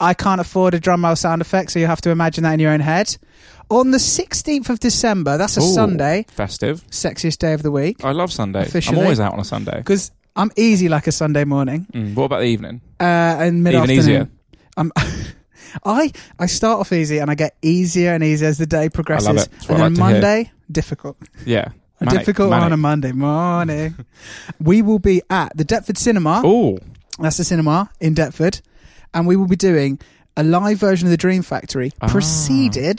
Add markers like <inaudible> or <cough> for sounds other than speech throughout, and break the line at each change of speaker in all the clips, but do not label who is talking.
I can't afford a drum roll sound effect, so you have to imagine that in your own head. On the 16th of December, that's a
Ooh,
Sunday,
Festive.
sexiest day of the week,
I love Sunday.
Officially.
I'm always out on a Sunday.
because I'm easy like a Sunday morning
Mm, what about the evening?
uh, and mid
Even easier.
afternoon. I'm. <laughs> I I start off easy and I get easier and easier as the day progresses.
it. That's what
and
I
then
like to hear.
Monday, difficult.
Yeah.
A difficult on a Monday morning. we will be at the Deptford Cinema.
Oh,
That's the cinema in Deptford. And we will be doing a live version of The Dream Factory,
Ah.
preceded,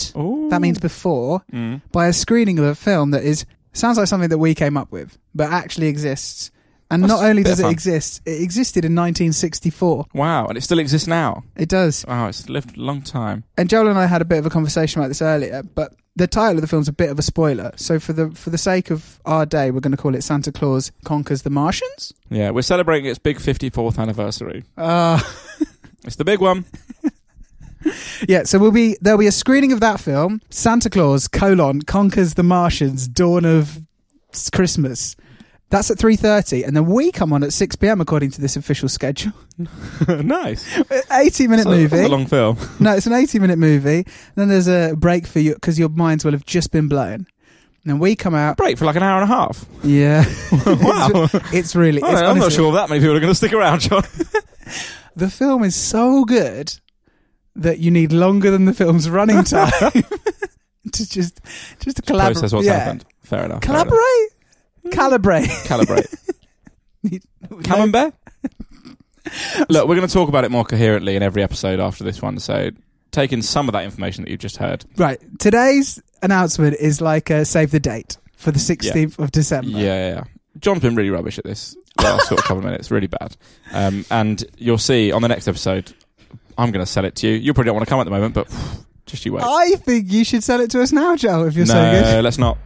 that means before,
Mm.
by a screening of a film that is sounds like something that we came up with, but actually exists. And
That's
not only
a bit
does
of
it
fun.
exist, it existed in 1964.
wow. And it still exists now.
It does.
Wow, it's lived a long time.
And Joel and I had a bit of a conversation about this earlier, but the title of the film's a bit of a spoiler. So for the for the sake of our day, we're going to call it Santa Claus Conquers the Martians.
Yeah, we're celebrating its big 54th anniversary.
Uh,
It's the
<laughs>
big one.
Yeah, so we'll be there'll be a screening of that film, Santa Claus colon conquers the Martians, Dawn of S- Christmas. That's at three thirty, and then we come on at six pm according to this official schedule. <laughs>
nice.
Eighty minute
So, that was
movie.
a long film.
no, it's an eighty minute movie. then there's a break for you because your minds will have just been blown. And then we come out.
Break for like an hour and a half.
Yeah,
<laughs> Wow.
it's, it's really.
I
it's
am not
honestly-
sure that many people are going to stick around, John.
The film is so good that you need longer than the film's
<laughs>
running time <laughs> to just just to collaborate.
Process what's
yeah.
happened. Fair enough. fair enough.
Collaborate? Hmm. Calibrate.
Calibrate. <laughs> Camembert? Look, we're going to talk about it more coherently in every episode after this one. So take in some of that information that you've just heard.
<laughs> Right. Today's announcement is like a save the date for the 16th of December.
Yeah, yeah, yeah. John's been really rubbish at this last sort of couple of minutes, really bad. Um, and you'll see on the next episode, I'm going to sell it to you. You probably don't want to come at the moment, but <sighs> just you wait.
I think you should sell it to us now, Joe, if Oh, you're
no,
so good. <laughs>
let's not.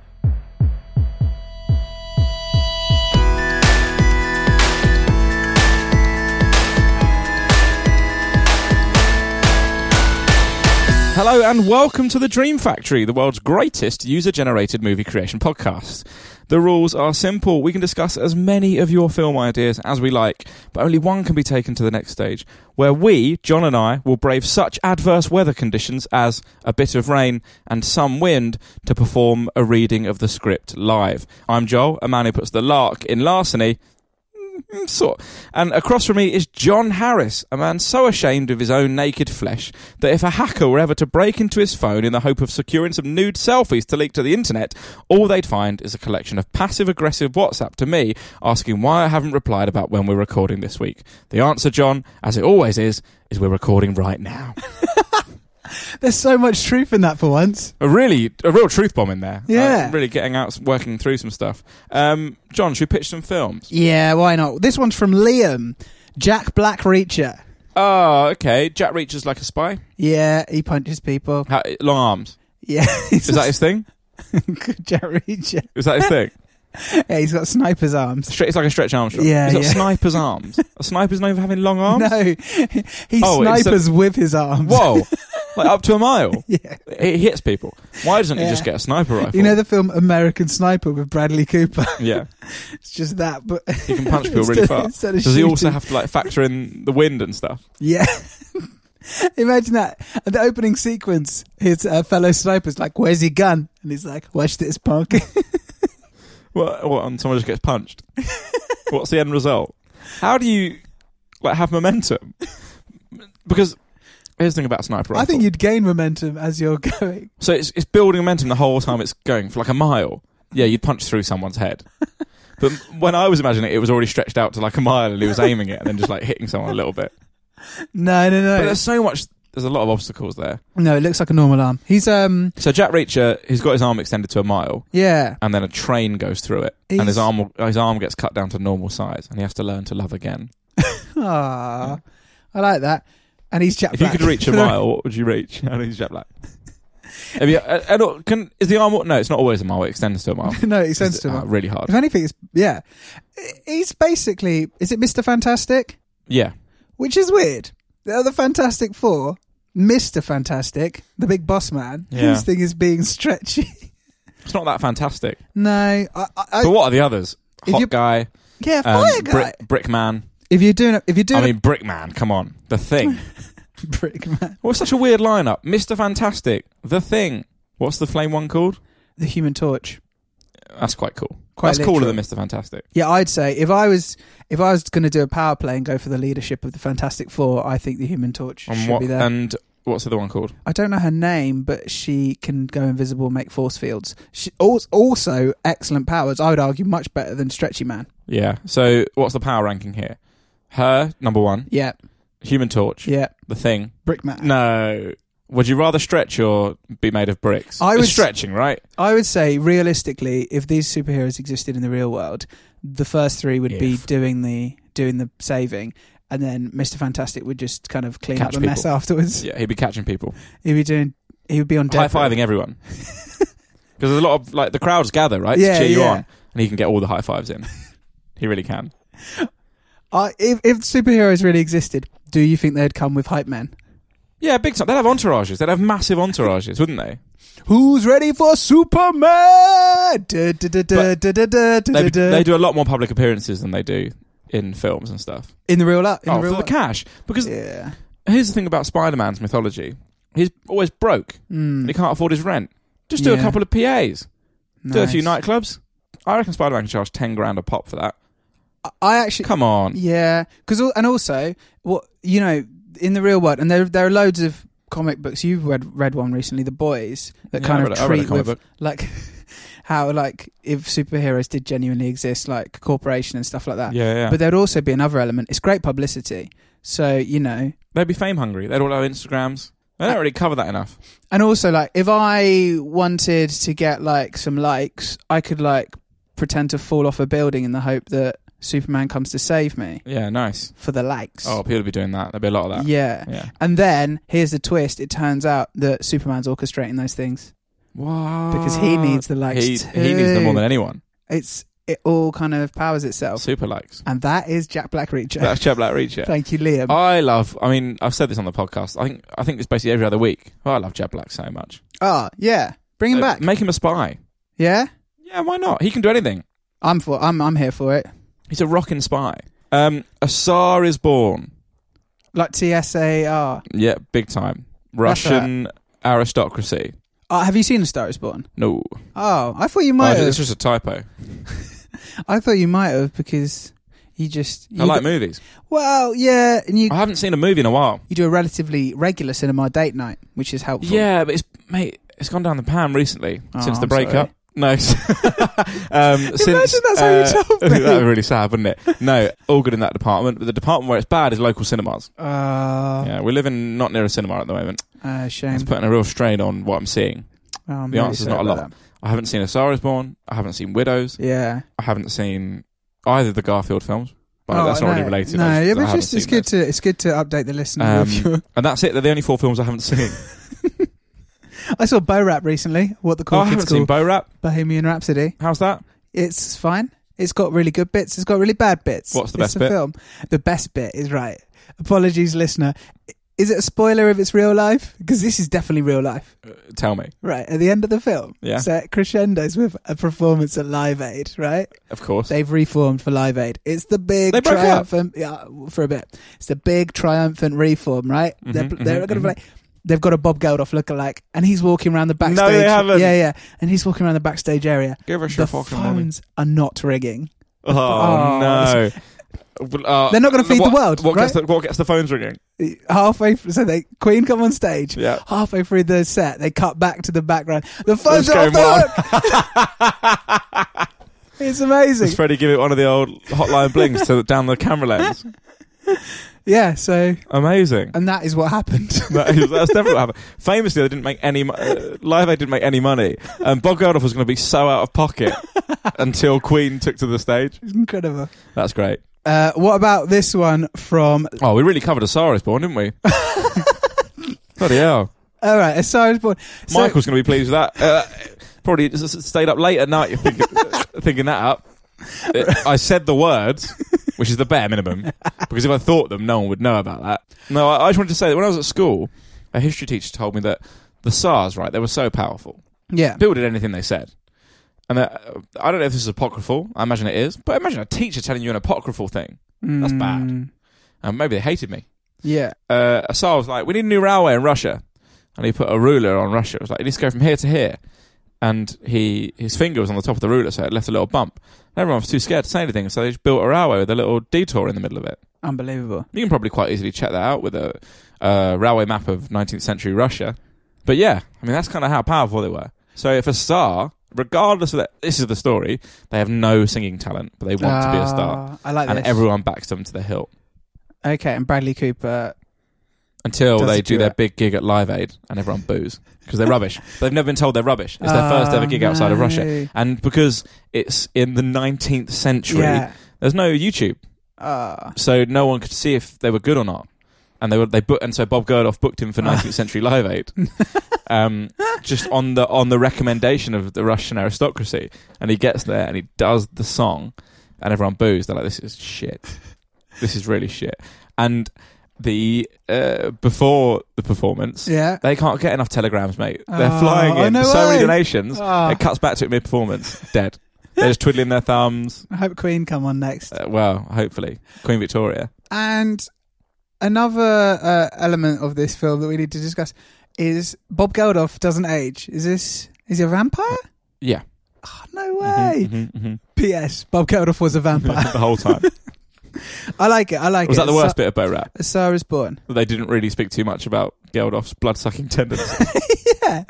Hello and welcome to The Dream Factory, the world's greatest user generated movie creation podcast. The rules are simple. We can discuss as many of your film ideas as we like, but only one can be taken to the next stage, where we, John and I, will brave such adverse weather conditions as a bit of rain and some wind to perform a reading of the script live. I'm Joel, a man who puts the lark in larceny. Mm, Sort. And across from me is John Harris, a man so ashamed of his own naked flesh that if a hacker were ever to break into his phone in the hope of securing some nude selfies to leak to the internet, all they'd find is a collection of passive aggressive WhatsApp to me asking why I haven't replied about when we're recording this week. The answer, John, as it always is, is we're recording right now.
There's so much truth in that for once.
A really, a real truth bomb in there.
Yeah.
Uh, really getting out, working through some stuff. Um, John, should we pitch some films?
Yeah, why not? This one's from Liam, Jack Black Reacher.
Oh, okay. Jack Reacher's like a spy.
Yeah, he punches people.
How, long arms.
Yeah, <laughs> he's
Is that his thing?
good Jack Reacher.
Is that his thing?
Yeah, he's got sniper's arms.
Stre- It's like a stretch Armstrong.
Yeah,
He's got
yeah. <laughs>
sniper's arms. Are snipers known for having long arms?
No, <laughs> he
Oh, it's a-
snipers with his arms.
Whoa. like up to a mile.
<laughs> Yeah.
It hits people. Why doesn't he
Yeah.
just get a sniper rifle?
You know the film American Sniper with Bradley Cooper? <laughs>
yeah,
It's just that, but
he
<laughs>
can punch people really
Instead-
far.
instead of
Does he also
shooting.
have to like factor in the wind and stuff?
yeah. <laughs> Imagine that. At the opening sequence, his uh, fellow sniper's like, "Where's your gun?" And he's like, "Watch this, punk." <laughs>
Well, well and someone just gets punched. What's the end result? How do you like have momentum? Because here's the thing about sniper rifle.
I think you'd gain momentum as you're <laughs> going.
so it's it's building momentum the whole time it's going for like a mile. Yeah, you'd punch through someone's <laughs> head. But when I was imagining it, it was already stretched out to like a mile, and he was aiming it and then just like hitting someone a little bit.
No, no,
<laughs> But
no,
there's so much. There's a lot of obstacles there.
no. It looks like a normal arm. He's um,
So Jack Reacher, he's got his arm extended to a mile,
yeah,
and then a train goes through it, and
He's-
his arm will- his arm gets cut down to normal size, and he has to learn to love again.
ah, I like that. And he's Jack.
If you
Black.
could
<laughs>
reach <laughs> a mile, what would you reach? <laughs> How is Jack Black? Have you, uh, uh, no, can, is the arm? No, it's not always a mile. It extends to a <laughs> mile.
no, he sends to
Uh,
him.
really
If
hard.
anything, it's yeah. He's basically is it Mister Fantastic?
Yeah,
which is weird. The other Fantastic Four, Mister Fantastic, the big boss man,
Yeah.
whose thing is being stretchy. <laughs>
it's not that fantastic.
no, I, I, I-
But what are the others?
If
Hot
you-
guy,
yeah,
um,
fire guy.
Brick, brick man.
if you're doing, a, if you're doing,
I mean, brick man. Come on,
<laughs>
the thing.
a brick <laughs> man,
Well, it's such a weird lineup. Mister Fantastic, the thing. What's the flame one called?
the Human Torch.
That's quite cool.
Quite
That's cooler
literal.
than Mister Fantastic.
Yeah, I'd say if I was if I was going to do a power play and go for the leadership of the Fantastic Four, I think the Human Torch
And
should
what?
be there.
And what's the other one called?
I don't know her name, but she can go invisible, and make force fields. She al- also excellent powers. I would argue much better than Stretchy Man.
Yeah. So what's the power ranking here? Her number one,
Yeah,
Human Torch,
yeah,
the thing.
Brick Man.
No. Would you rather stretch or be made of bricks?
I
It's
was-
stretching, right?
I would say realistically, if these superheroes existed in the real world, the first three would be
If.
doing the doing the saving, and then Mister Fantastic would just kind of clean
Catch
up the
people.
mess afterwards.
Yeah, he'd be catching people,
He'd be doing. He would be on
high
death row. <laughs>
fiving everyone. Because there's a lot of like the crowds gather, right?
Yeah,
to cheer you
yeah.
on, and he can get all the high fives in. he really can.
I, if if superheroes really existed, do you think they'd come with hype men?
Yeah, big time. They'd have entourages. They'd have massive entourages,
<laughs>
wouldn't they?
Who's ready for Superman? Du- du- du- du-
But
du- du- du- du-
They,
du-
they do a lot more public appearances than they do in films and stuff.
in the real life. In
oh,
the real
for the
life.
cash. Because
Yeah.
here's the thing about Spider-Man's mythology: he's always broke.
Mm,
He can't afford his rent. Just do a
Yeah.
couple of PAs. Do a few
nice.
nightclubs. I reckon Spider Man can charge ten grand a pop for that.
I actually
Come on.
Yeah, because and also what you know in the real world, and there there are loads of comic books. You've read read one recently, The Boys, that
Yeah,
kind
I
of
read a- I read a
treat
comic
with
book.
like <laughs> how like if superheroes did genuinely exist, like corporation and stuff like that.
Yeah, yeah.
But there'd also be another element. It's great publicity. So you know,
They'd be fame hungry. They'd all have Instagrams. They don't really cover that enough.
and also like if I wanted to get like some likes, I could like pretend to fall off a building in the hope that Superman comes to save me
Yeah, nice.
for the likes.
Oh, people would be doing that. There'd be a lot of that.
yeah.
Yeah.
And then here's the twist: it turns out that Superman's orchestrating those things
Wow.
because he needs the likes
Ah. He,
too.
he needs them more than anyone.
It's it all kind of powers itself,
Super
<laughs>
likes.
and that is Jack Black Reacher. <laughs>
That's Ah. Chap Black Reacher.
Thank you, Liam.
I love. I mean, I've said this on the podcast. I think. I think it's basically every other week. Oh, I love Chap Black so much.
Ah, yeah, bring him
Uh,
back.
Make him a spy.
yeah,
Yeah, why not? He can do anything.
I'm for. I'm I'm here for it.
He's a rockin' spy. Um, a Tsar is born.
Like TSAR.
Yeah, big time.
That's all right.
Russian aristocracy.
Ah, have you seen A Star Is Born?
No,
Oh, I thought you
Oh,
might
it's
have.
just a typo.
I thought you might have because you just. You
I like
do-
movies. Ah.
Well, yeah, and you
I haven't seen a movie in a while.
you do a relatively regular cinema date night, which is helpful.
Yeah, but it's mate, it's gone down the pan recently
Oh,
since the
I'm
breakup.
sorry.
No, <laughs> um, since, uh,
that's how you
<laughs>
told me.
That'd be really sad, wouldn't it? No, all good in that department, but the department where it's bad is local cinemas.
Uh,
Yeah, we live in not near a cinema at the moment.
uh, shame.
It's putting a real strain on what I'm seeing.
Oh, I'm
The
really
answer's
sorry
not a
about
lot.
that.
I haven't seen A Star Is Born. I haven't seen Widows.
Yeah.
I haven't seen either of the Garfield films. But
Oh,
that's not
no,
really related.
No,
I
yeah,
I
but
haven't
just it's
seen
good
those.
to it's good to update the listener. with
Um,
your-
and that's it. They're the only four films I haven't
<laughs>
seen.
I saw Bo Rap recently. What the cool
oh, I haven't
kids
seen
call
Bo Rap.
Bohemian Rhapsody.
How's that?
It's fine. It's got really good bits. It's got really bad bits.
What's the
It's
best
a
bit?
Film. The best bit is right. Apologies, listener. Is it a spoiler if it's real life? Because this is definitely real life.
Tell me.
Right, at the end of the film.
Yeah.
So it crescendos with a performance at Live Aid, right?
Of course.
They've reformed for Live Aid. It's the big
They broke up.
triumphant yeah, for a bit. It's the big triumphant reform, right?
Mm-hmm,
they're they're gonna play. They've got a Bob Geldof lookalike, and he's walking around the
they
backstage.
haven't.
Yeah, yeah, and he's walking around the backstage area.
Give us
the
your fucking money.
phones are not ringing.
Oh,
Oh,
no. Well, uh,
They're not gonna feed the
what-
world,
What, gets
right?
the, what gets the phones ringing?
Halfway, through, so they Queen come on stage.
Yeah.
Halfway through the set, they cut back to the background. The phones
What's
are off
going
the hook. <laughs> it's amazing.
Does Freddie give it one of the old hotline blings to down the
<laughs>
camera lens?
Yeah. So,
Amazing.
and that is what happened. <laughs>
That is, that's definitely what happened. Famously, they didn't make any. mo- Uh, Live Aid didn't make any money, and Bob Geldof was going to be so out
<laughs>
of pocket until Queen took to the stage.
It's incredible.
That's great.
Uh, what about this one from?
Oh, we really covered a Star Is Born, didn't we?
<laughs>
Bloody hell!
All right, a Star Is Born. So-
Michael's going to be pleased with that. Uh, probably just s- stayed up late at night thinking, <laughs> thinking that up. Uh, I said the words, which is the bare minimum, because if I thought them, no one would know about that. No, I, I just wanted to say that when I was at school, a history teacher told me that the SARS, right, they were so powerful.
yeah,
People did anything they said. And uh, I don't know if this is apocryphal. I imagine it is. But imagine a teacher telling you an apocryphal thing. That's bad. And maybe they hated me
Mm, yeah.
uh, Assad was like, "We need a new railway in Russia," and he put a ruler on Russia. It was like, "It needs to go from here to here," and he his finger was on the top of the ruler, so it left a little bump. And everyone was too scared to say anything, so they just built a railway with a little detour in the middle of it.
Unbelievable.
You can probably quite easily check that out with a uh, railway map of 19th century Russia. But yeah, I mean that's kind of how powerful they were. So if a star, regardless of that, this is the story. They have no singing talent, but they want to be a star,
Ah, I like
and
this.
everyone backs them to the hilt.
okay, and Bradley Cooper.
until
Does
they
it
do
do
their
it?
big gig at Live Aid and everyone boos because they're
<laughs>
rubbish. They've never been told they're rubbish. It's their first
Oh,
ever gig outside of
no.
Russia, and because it's in the 19th century,
Yeah.
there's no YouTube,
Ah.
so no one could see if they were good or not. And they were they book, and so Bob Geldof booked him for
Ah.
19th century Live
<laughs>
Aid, um, just on the on the recommendation of the Russian aristocracy. And he gets there and he does the song, and everyone boos. They're like, "This is shit. This is really shit." And the uh, before the performance,
yeah.
they can't get enough telegrams, mate. They're
Oh,
flying
I
in
know
for so many
why.
donations.
Ah.
It cuts back to it mid-performance, dead. They're just twiddling their thumbs.
I hope Queen come on next.
Uh, well, hopefully, Queen Victoria.
And another uh, element of this film that we need to discuss is Bob Geldof doesn't age. Is this? Is he a vampire?
Yeah.
Oh, no way. <laughs>
Mhm, mhm.
P.S. Bob Geldof was a
<laughs>
vampire.
the whole time.
I like it. I like
Was
it.
that the worst bit about rap?
A Star Is Born.
That they didn't really speak too much about Geldof's blood-sucking tendencies.
<laughs> Yeah.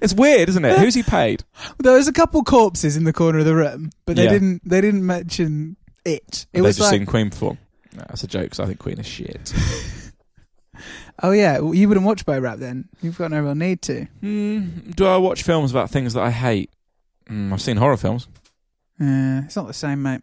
it's weird, isn't it? Who's he paid?
There was a couple corpses in the corner of the room, but they
Yeah.
didn't. They didn't mention it. <laughs> It
They've
was
just
like,
seen Queen before. No, that's a joke. 'cause I think Queen
<laughs>
is shit.
oh yeah, well, you wouldn't watch Bo Rap then. You've got no real need to.
Mm, do I watch films about things that I hate? Mm, I've seen horror films.
Uh, it's not the same, mate.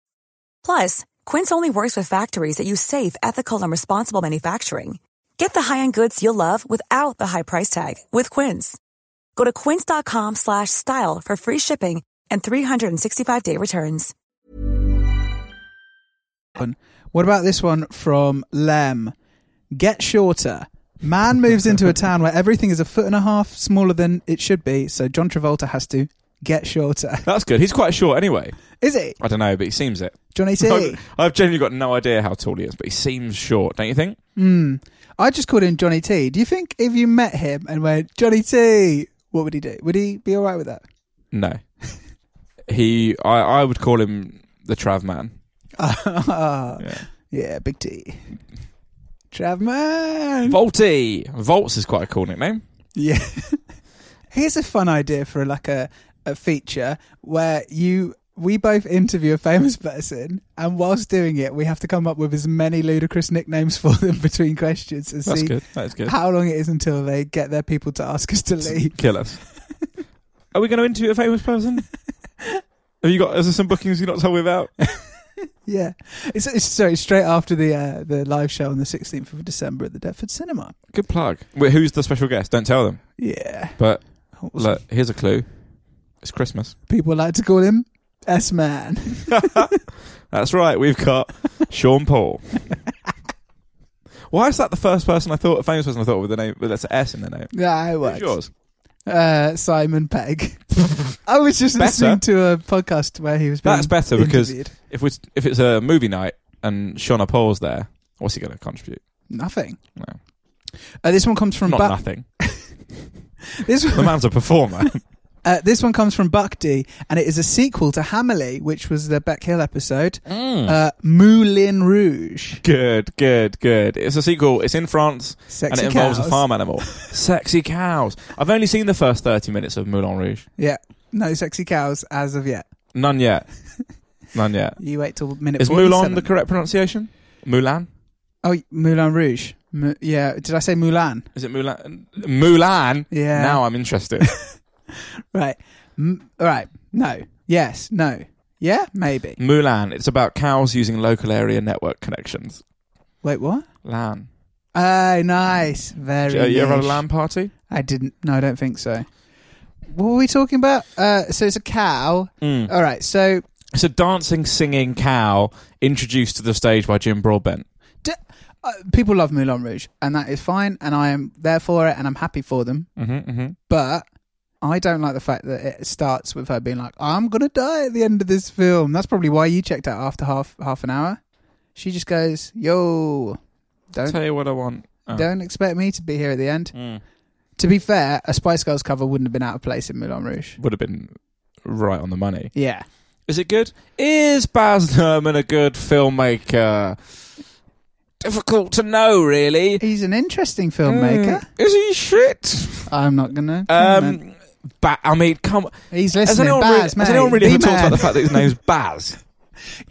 Plus, Quince only works with factories that use safe, ethical, and responsible manufacturing. Get the high-end goods you'll love without the high price tag with Quince. Go to quince.com slash style for free shipping and 365-day returns.
one. What about this one from Lem? Get shorter. Man
<laughs>
moves into a town where everything is a foot and a half smaller than it should be, so John Travolta has to get shorter. <laughs>
That's good. He's quite short anyway.
Is it?
I don't know, but he seems it.
Johnny T.
I've, <laughs> I've genuinely got no idea how tall he is, but he seems short, don't you think?
I just called him Johnny T. Do you think if you met him and went, Johnny T, what would he do? Would he be all right with
<laughs>
that? <laughs>
No. he, I, I would call him the Trav Man. Yeah.
yeah, big T. Travman.
Volty. Volts is quite a cool nickname.
Yeah. Here's a fun idea for like a, a feature where you we both interview a famous person and whilst doing it we have to come up with as many ludicrous nicknames <laughs> for them between questions and
That's
see
good. That is good.
how long it is until they get their people to ask
<laughs>
us to leave.
Kill us. Are we going to interview a famous <laughs> person? Have you got? Is there some bookings you're not told me about?
yeah. It's, it's sorry, straight after the uh, the live show on the 16th of December at the Deptford Cinema.
Good plug. Wait, who's the special guest? Don't tell them.
Yeah.
But look, here's a clue. It's Christmas.
People like to call him S Man.
That's right. We've got <laughs> Sean Paul. Why is that the first person I thought, a famous person I thought of with the name with that's an S in their name?
<laughs> Yeah, it works.
Who's yours?
Uh, Simon
<laughs>
Pegg. I was just
Better.
listening to a podcast where he was. Being
That's better because-
interviewed.
If we if it's a movie night and Sean Paul's there, what's he going to contribute?
nothing.
No,
Uh, this one comes from
not
Buck.
nothing.
This
The <laughs>
one,
man's a performer.
uh, this one comes from Buck D, and it is a sequel to Hamily, which was the Beck Hill episode.
Mm.
Uh, Moulin Rouge.
good, good, good. It's a sequel. It's in France.
Sexy
and it involves
cows.
a
<laughs>
farm animal. Sexy cows. I've only seen the first 30 minutes of Moulin Rouge.
Yeah, no sexy cows as of yet.
None yet.
<laughs>
None yet.
You wait till minute.
Is
47.
Moulin the correct pronunciation? Moulin?
Oh, Moulin Rouge. Mu- yeah, did I say Moulin?
Is it Moulin? Moulin?
Yeah.
Now I'm
<laughs>
interested.
Right. M- all right. No. Yes. No. Yeah. Maybe.
Moulin. It's about cows using local area network connections.
Wait. What?
LAN.
Oh, nice. Very.
Have you ever had a
niche.
LAN party?
I didn't. No, I don't think so. What were we talking about? Uh, so it's a cow.
Mm.
All right. So
It's a dancing, singing cow introduced to the stage by Jim Broadbent.
d- uh, people love Moulin Rouge, and that is fine, and I am there for it, and I'm happy for them.
Mm-hmm, mm-hmm.
But I don't like the fact that it starts with her being like, "I'm gonna die at the end of this film." That's probably why you checked out after half half an hour. She just goes, "Yo, don't
Tell you what I want. Oh.
don't expect me to be here at the end."
Mm.
To be fair, a Spice Girls cover wouldn't have been out of place in Moulin Rouge.
Would have been right on the money.
Yeah.
Is it good? Is Baz Luhrmann a good filmmaker? Difficult to know, really.
He's an interesting filmmaker.
Hmm. Is he shit?
I'm not gonna. comment.
Hmm. Um, ba- I mean, come.
he's
Has
listening.
anyone, really,
Baz,
has anyone really ever talked about the fact that his
<laughs>
name's Baz?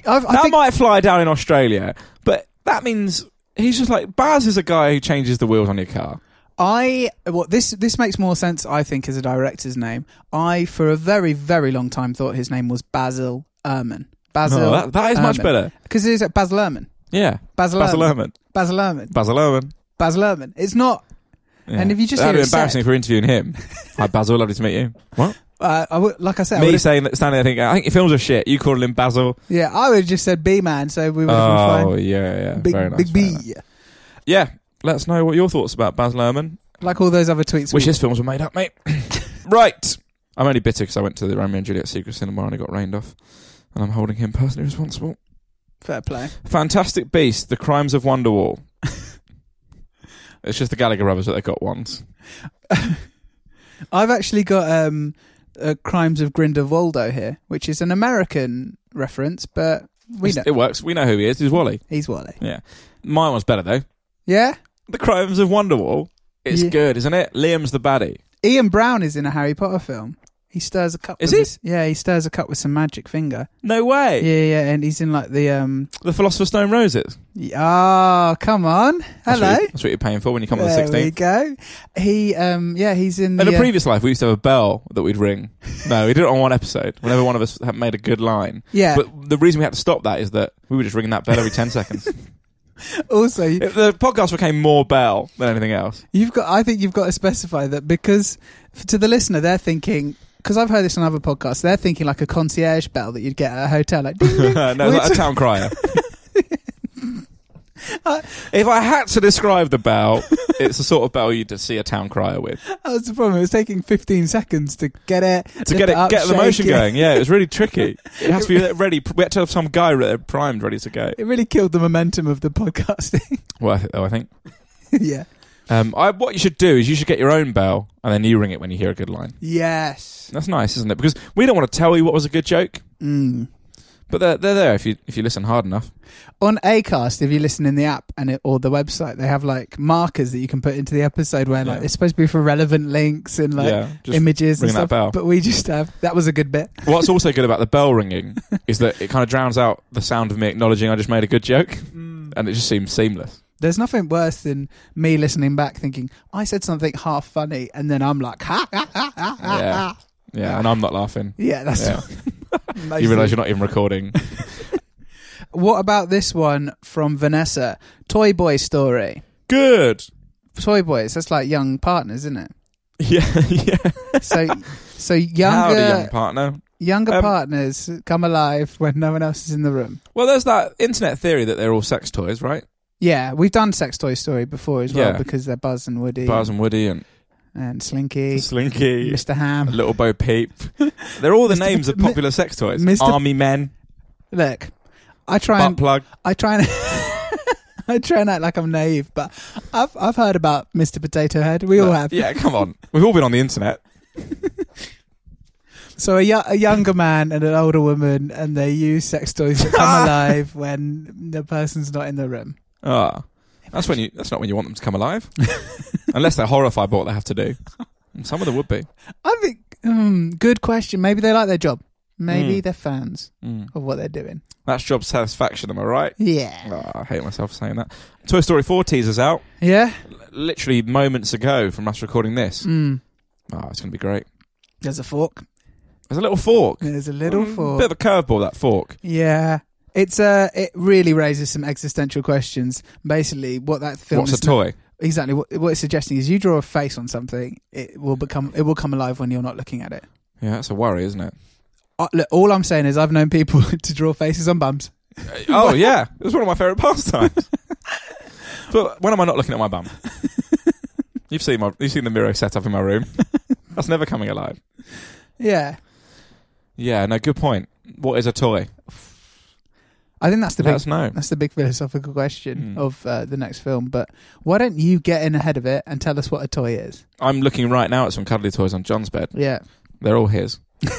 that might fly down in Australia, but that means he's just like Baz is a guy who changes the wheels on your car.
I well, this this makes more sense, I think, as a director's name. I, for a very very long time, thought his name was Basil Ehrman. Basil.
No, Oh, that- that is much better.
because it is at Basil Ehrman.
Yeah,
Baz
Baz
Luhrmann.
Luhrmann.
Basil Ehrman.
Basil Luhrmann.
Basil Ehrman. It's not.
Yeah.
And if you just
that'd
hear
be
it said-
embarrassing if we're
<laughs>
interviewing him. Hi, Basil. Lovely to meet you. What?
Uh, I would, like I said, I
Me
would've-
saying that, standing there thinking, I think your films are shit. You calling him Basil?
yeah, I would have just said B man, so we would have been
Oh
fine.
yeah, yeah,
Big
very nice,
Big
very
B,
nice. Yeah, let us know what your thoughts about Baz Luhrmann.
like all those other tweets.
Wish
we-
his films were made up, <laughs> mate. right, I'm only bitter because I went to the Romeo and Juliet secret cinema and I got rained off, and I'm holding him personally responsible.
fair play.
Fantastic Beast: The Crimes of <laughs> Wonderwall. it's just the Gallagher brothers that they got once.
I've actually got um, uh, Crimes of Grindelwaldo here, which is an American reference, but we
It's-
know
It works. We know who he is. He's Wally.
he's Wally.
Yeah, my one's better though.
Yeah.
The Crimes of Wonderwall. It's
Yeah.
good, isn't it? Liam's the baddie.
Ian Brown is in a Harry Potter film. He stirs a cup.
Is
with
he?
his- yeah, he stirs a cup with some magic finger.
No way.
Yeah, yeah, and he's in like the um.
The Philosopher's Stone Roses.
y- Ah, come on,
That's what
hello.
you- That's what you're paying for when you come on
there
the 16th.
we go. He um. Yeah, he's in the.
In a
uh,
previous life, we used to have a bell that we'd ring. No, we did it on one episode. Whenever one of us had made a good line.
Yeah.
But the reason we had to stop that is that we were just ringing that bell every 10 <laughs> seconds.
also,
It- the podcast became more bell than anything else. <laughs>
You've got. I think you've got to specify that because f- to the listener, they're thinking. Because I've heard this on other
<laughs>
podcasts, they're thinking like a concierge bell that you'd get at a hotel, like ding ding.
no,
We're
<laughs> it's like a
ta-
town crier. If I had to describe the bell, it's the sort of bell you'd see a town crier with
That was the problem. It was taking 15 seconds to get it,
to
lift
get it,
up,
get the
shake
motion
it.
going. Yeah, it was really tricky. It has to <laughs> be ready. We had to have some guy re- primed, ready to go.
It really killed the momentum of the podcasting.
Worth it though, I think.
<laughs> yeah.
Um, I, what you should do is you should get your own bell and then you ring it when you hear a good line.
Yes.
That's nice, isn't it? Because we don't want to tell you what was a good joke,
Mm.
but they're, they're there if you if you listen hard enough.
On Acast, if you listen in the app and it, or the website, they have like markers that you can put into the episode where like
Yeah.
it's supposed to be for relevant links and like
yeah, just
images and
ring that
stuff.
bell.
But we just have that was a good bit.
What's also good about the bell ringing is that it kind of drowns out the sound of me acknowledging I just made a good joke, and it just seems seamless.
There's nothing worse than me listening back thinking I said something half funny and then I'm like ha ha ha ha ha.
Yeah.
ha."
Yeah, and I'm not laughing.
Yeah, that's <laughs>
Yeah.
what
You realise you're not even recording.
What about this one from Vanessa? Toy boy story.
Good. <laughs>
Toy boys. That's like young partners, isn't it?
Yeah, yeah.
So,
<laughs>
so
Howdy,
younger
young partner.
younger
Um,
partners come alive when no one else is in the room.
Well, there's that internet theory that they're all sex toys, right?
Yeah, we've done sex toy story before as well
Yeah.
because they're Buzz and Woody
Bars and Woody and
and Slinky,
Slinky,
Mr. Ham.
Little
<laughs>
Bo Peep. They're all the
Mr.
names of
Mi-
popular sex toys.
Mr.
Army Men,
Look, I try
Butt
and
Plug.
I try and <laughs> I try and act like I'm naive, but I've I've heard about Mr. Potato Head. We all
Uh,
have.
Yeah, come on. We've all been on
<laughs>
the internet.
So a, yo- a younger man and an older woman, and they use sex toys to
<laughs>
come alive when the person's not in the room.
Ah, that's when you. That's not when you want them to
<laughs>
come alive, unless they're horrified by what they have to do. And Some of them would be.
I think hmm, good question. Maybe they like their job. Maybe
Mm.
they're fans
Mm.
of what they're doing.
That's job satisfaction. Am I right?
Yeah.
Ah, I hate myself for saying that. Toy Story 4 teaser's out
Yeah.
l- literally moments ago from us recording this.
Mm.
Ah, it's going to be great.
There's a fork.
There's a little fork.
There's a little
Mm,
fork.
Bit of a curveball, that fork.
yeah. It's uh, it really raises some existential questions. Basically, what that film
What's
is
a toy?
exactly what, what it's suggesting is you draw a face on something, it will become it will come alive when you're not looking at it.
Yeah, that's a worry, isn't it?
Uh, look, all I'm saying is I've known people <laughs> to draw faces on bums.
Oh, yeah. It was one of my favourite pastimes.
<laughs>
but when am I not looking at my bum? You've seen my, you've seen the mirror set up in my room. That's never coming alive.
Yeah.
Yeah, no, good point. What is a toy?
I think that's the
Let
big
us know.
That's the big philosophical question
Mm.
of uh, the next film. But why don't you get in ahead of it and tell us what a toy is?
I'm looking right now at some cuddly toys on John's bed.
Yeah.
They're all his.
<laughs>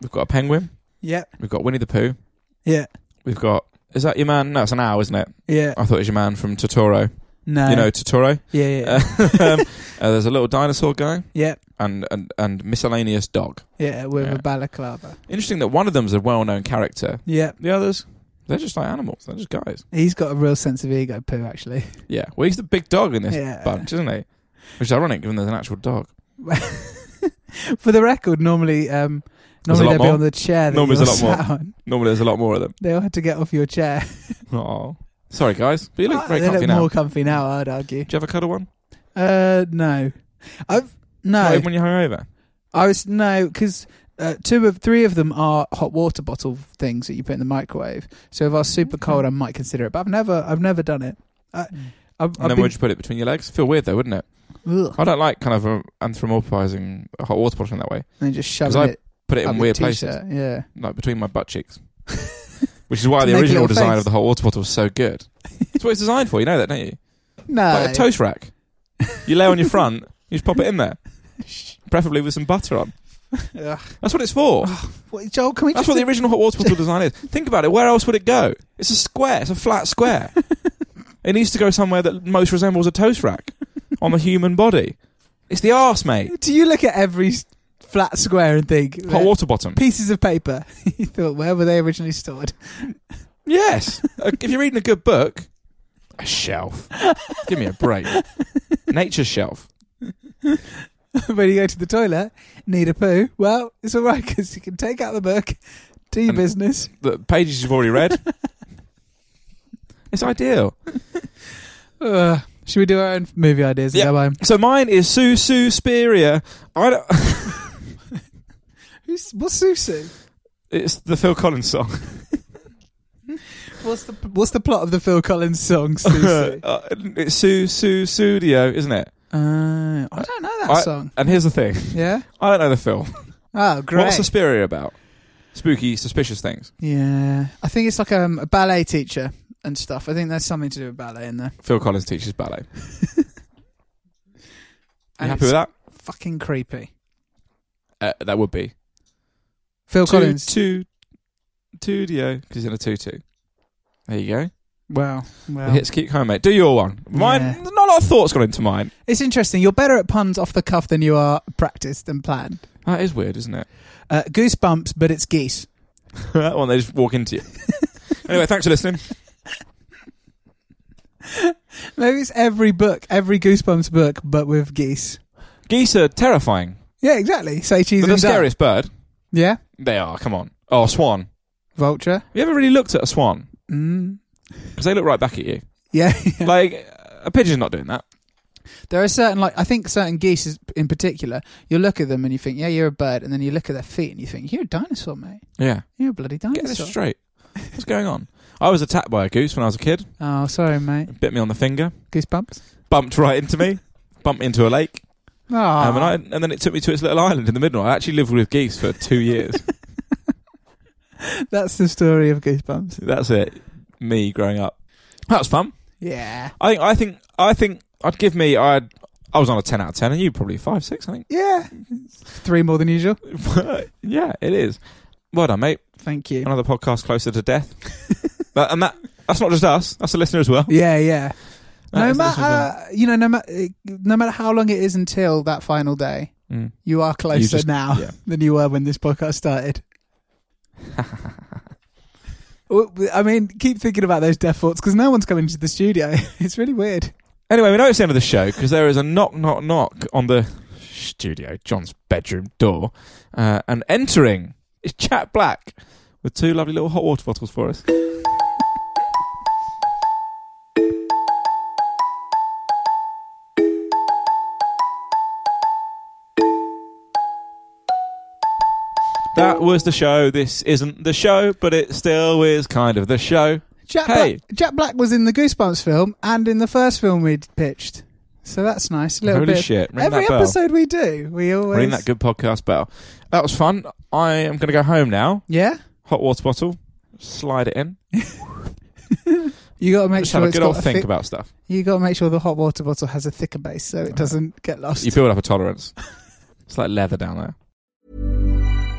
We've got a penguin.
Yeah.
We've got Winnie the Pooh.
Yeah.
We've got. Is that your man? No, it's an owl, isn't it?
Yeah.
I thought it was your man from Totoro.
No.
you know Totoro.
Yeah. Uh, Yeah. Yeah.
<laughs> um, uh, there's a little dinosaur guy
yeah.
and and and miscellaneous dog.
yeah, With
Yeah.
a balaclava.
Interesting that one of them's a well-known character.
Yeah.
The others, they're just like animals. They're just guys.
He's got a real sense of ego, Pooh. Actually. <laughs>
Yeah. Well, he's the big dog in this
Yeah.
bunch, isn't he? Which is ironic, given there's an actual dog.
For the record, normally, um,
There's a
normally
lot
they'd be
more.
on the chair. That
Normally
you're
there's a lot
sat on.
Normally, there's a lot more of them.
<laughs> They all had to get off your chair.
Oh, sorry guys, but
<laughs>
you look very
Ah, they
comfy
look
now.
more comfy now. I'd argue.
Do you ever cuddle one?
Uh, no. I've
Not
no.
even when you're hungover.
I was no because uh, two of three of them are hot water bottle things that you put in the microwave. So if I was super
Mm-hmm.
cold, I might consider it, but I've never I've never done it. I, I've,
And
I've
then
been,
Mm. would you put it between your legs? Feel weird though, wouldn't it?
ugh,
I don't like kind of um, anthropomorphizing a hot water bottle in that way.
and then just
'Cause
shoving
I
it
Put it
up
in
your
weird places.
t-shirt. Yeah,
like between my butt
<laughs>
cheeks. Which is why
To
the
make a
original
little
design
face.
of the hot water bottle was so good. It's what it's designed for, you know that, don't you?
no,
Like a toast rack. You lay on your front, you just pop it in there. Preferably with some butter on.
Ugh.
That's what it's for.
What, Joel, can we
That's
just
what the original hot water bottle design is. Think about it, where else would it go? It's a square, it's a flat square. it needs to go somewhere that most resembles a toast rack on the human body. It's the arse, mate.
do you look at every s- flat square and think
Hot
"They're
water bottom.
pieces of paper? <laughs> you thought where were they originally stored? <laughs>
Yes. Uh, if you're reading a good book, a shelf. Give me a break. Nature's shelf.
when you go to the toilet, need a poo. Well, it's all right because you can take out the book, do your
And-
business.
The pages you've already read. it's ideal.
Ugh. should we do our own movie ideas?
Yeah.
Yeah.
So mine is Sue Sue Speria. I don't, <laughs>
Who's what's Susu? <laughs>
it's the Phil Collins song.
What's the what's the plot of the Phil Collins
<laughs>
song? Susie?
Uh, it's Sue Sue Studio, isn't it?
uh, I don't know that
I-
song.
And here's the thing: <laughs>
Yeah.
I don't know the film.
Oh, great.
What's Suspiria about? Spooky, suspicious things.
yeah, I think it's like um, a ballet teacher and stuff. I think there's something to do with ballet in there.
Phil Collins teaches ballet. You
And
happy
it's
with that?
Fucking creepy.
Uh, that would be
Phil
two
Collins.
two studio because he's in a tutu. There you go.
Wow.
The
Wow.
hits keep coming, mate. Do your one. Mine.
Yeah.
Not a lot of thoughts got into mine.
It's interesting. You're better at puns off the cuff than you are practiced and planned.
That is weird,
<laughs>
isn't it?
Uh, goosebumps, but it's geese.
that one they just walk
<laughs>
into you. anyway, thanks for listening.
Maybe it's every book, every Goosebumps book, but with geese.
Geese are terrifying.
Yeah, exactly. Say cheese
They're the
and duck.
scariest bird.
Yeah.
They are. Come on. Oh, a swan.
Vulture.
Have you ever really looked at a swan?
Mm.
Because they look right back at you.
<laughs> Yeah.
Like a pigeon's not doing that.
there are certain, like, I think certain geese is- in particular, you look at them and you think, yeah, you're a bird. And then you look at their feet and you think, you're a dinosaur, mate.
Yeah.
You're a bloody
Get this
dinosaur. <laughs>
straight. What's going on? I was attacked by a goose when I was a kid.
oh, sorry, mate.
It bit me on the finger.
Goosebumps.
Bumped right
<laughs>
into me. bumped me into a lake.
Oh.
Um, and, I, and then it took me to its little island in the middle. I actually lived with geese for
<laughs>
two years.
That's the story of Goosebumps.
That's it. Me growing up. That was fun.
Yeah.
I think. I think. I think. I'd give me. I. would I was on a ten out of ten, and you probably five, six. <laughs> I
Yeah. Three more than usual.
think. yeah, it is. Well done, mate.
Thank you.
Another podcast closer to death. <laughs> but, and that. That's not just us. That's the listener as well.
Yeah, yeah.
That
No
is the listener as well.
matter, you know, no matter, no matter how long it is until that final day,
Mm.
you are closer
You just-
now
yeah.
<laughs> than you were when this podcast
<laughs>
started. Well, I mean, keep thinking about those death thoughts because no one's coming to the studio. <laughs> It's really weird.
Anyway, we know it's the end of the show because there is a knock, knock, knock on the studio, John's bedroom door, uh, and entering is Chat Black with two lovely little hot water bottles for us. That was the show. This isn't the show, but it still is kind of the show.
Jack,
Hey.
Black, Jack Black was in the Goosebumps film and in the first film we'd pitched, so that's nice. A little
Holy
bit.
shit! Ring
Every
that bell.
episode we do, we always
Ring that good podcast bell. That was fun. I am going to go home now.
Yeah,
Hot water bottle. Slide it in.
you got to make
Just
sure
have a
it's
good
got
old
a
think
thick-
about stuff.
You got to make sure the hot water bottle has a thicker base so it doesn't get lost.
You build up a tolerance. <laughs> it's like leather down there.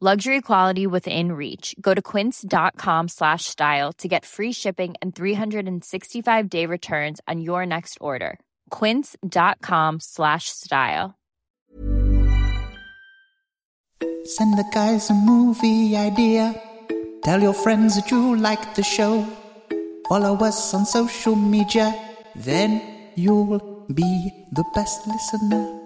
Luxury quality within reach. Go to quince.com slash style to get free shipping and 365 day returns on your next order. Quince.com slash style.
Send the guys a movie idea. Tell your friends that you like the show. Follow us on social media. Then you'll be the best listener.